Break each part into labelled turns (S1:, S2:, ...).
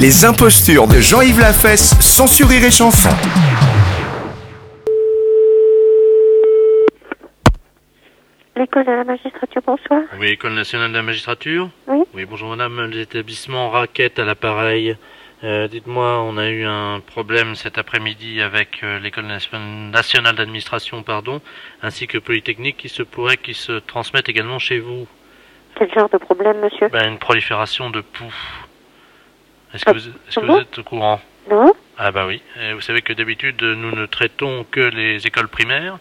S1: Les impostures de Jean-Yves Lafesse, sans sourire et chanson.
S2: L'école de la magistrature, bonsoir.
S3: Oui, École nationale de la magistrature
S2: Oui.
S3: Oui, bonjour madame, l'établissement Raquette à l'appareil. Euh, Dites-moi, on a eu un problème cet après-midi avec euh, l'École nation- nationale d'administration, pardon, ainsi que Polytechnique, qui se pourrait qu'ils se transmettent également chez vous.
S2: Quel genre de problème, monsieur
S3: Ben, une prolifération de poux. Est-ce que, vous, est-ce que
S2: bon
S3: vous êtes au courant
S2: Non
S3: Ah bah oui, Euh, vous savez que d'habitude nous ne traitons que les écoles primaires,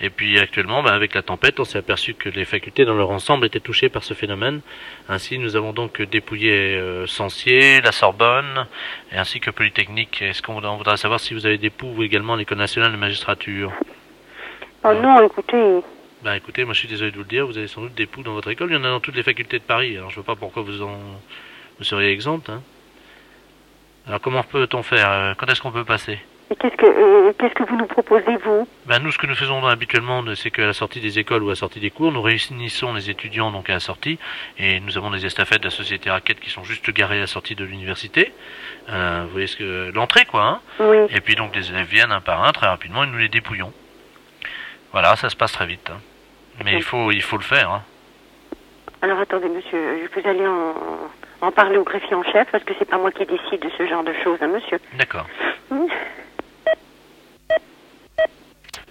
S3: et puis actuellement, bah, avec la tempête, on s'est aperçu que les facultés dans leur ensemble étaient touchées par ce phénomène. Ainsi, nous avons donc dépouillé euh, Censier, la Sorbonne, et ainsi que Polytechnique. Est-ce qu'on on voudrait savoir si vous avez des poux ou également l'école nationale de magistrature
S2: Oh non, écoutez,
S3: Bah écoutez, moi je suis désolé de vous le dire, vous avez sans doute des poux dans votre école, il y en a dans toutes les facultés de Paris, alors je vois pas pourquoi vous en vous seriez exempte. Hein. Alors comment peut-on faire Euh, Quand est-ce qu'on peut passer
S2: et qu'est-ce que euh, qu'est-ce que vous nous proposez, vous
S3: Ben, nous, ce que nous faisons habituellement, c'est qu'à la sortie des écoles ou à la sortie des cours, nous réunissons les étudiants donc à la sortie, et nous avons des estafettes de la société Raquette qui sont juste garées à la sortie de l'université. Euh, vous voyez ce que l'entrée quoi. hein.
S2: Oui.
S3: et puis donc les élèves viennent un par un très rapidement et nous les dépouillons. Voilà, ça se passe très vite. hein. Mais il faut, il faut le faire. hein.
S2: Alors attendez, monsieur, je vous allez en, en parler au greffier en chef parce que c'est pas moi qui décide de ce genre de choses, hein, monsieur.
S3: D'accord.
S2: Hmm.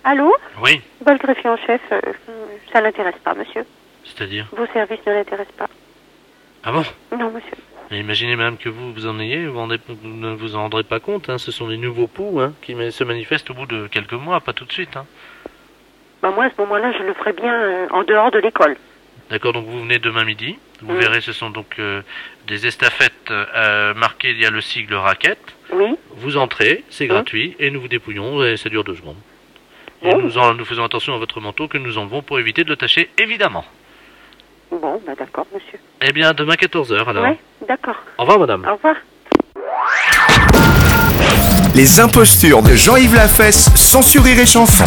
S2: Allô
S3: Oui.
S2: Bah, Le greffier en chef, euh, ça l'intéresse pas, monsieur.
S3: C'est-à-dire.
S2: Vos services ne l'intéressent pas.
S3: Ah bon
S2: Non, monsieur.
S3: Mais imaginez même que vous, vous en ayez, vous, rendez- vous ne vous en rendrez pas compte. hein. Ce sont des nouveaux poux hein, qui se manifestent au bout de quelques mois, pas tout de suite. hein.
S2: Bah, moi, à ce moment-là, je le ferais bien euh, en dehors de l'école.
S3: D'accord, donc vous venez demain midi. Vous
S2: Oui.
S3: verrez, ce sont donc euh, des estafettes euh, marquées, il y a le sigle raquette.
S2: Oui
S3: Vous entrez, c'est
S2: Oui.
S3: gratuit, et nous vous dépouillons, et ça dure deux secondes. Et
S2: Bon.
S3: nous, en- nous faisons attention à votre manteau que nous enlevons pour éviter de le tâcher, évidemment.
S2: Bon, bah, d'accord, monsieur.
S3: Eh bien, demain 14h alors.
S2: Oui, d'accord.
S3: Au revoir, madame.
S2: Au revoir.
S1: Les impostures de Jean-Yves Lafesse, sans sourire et chanson.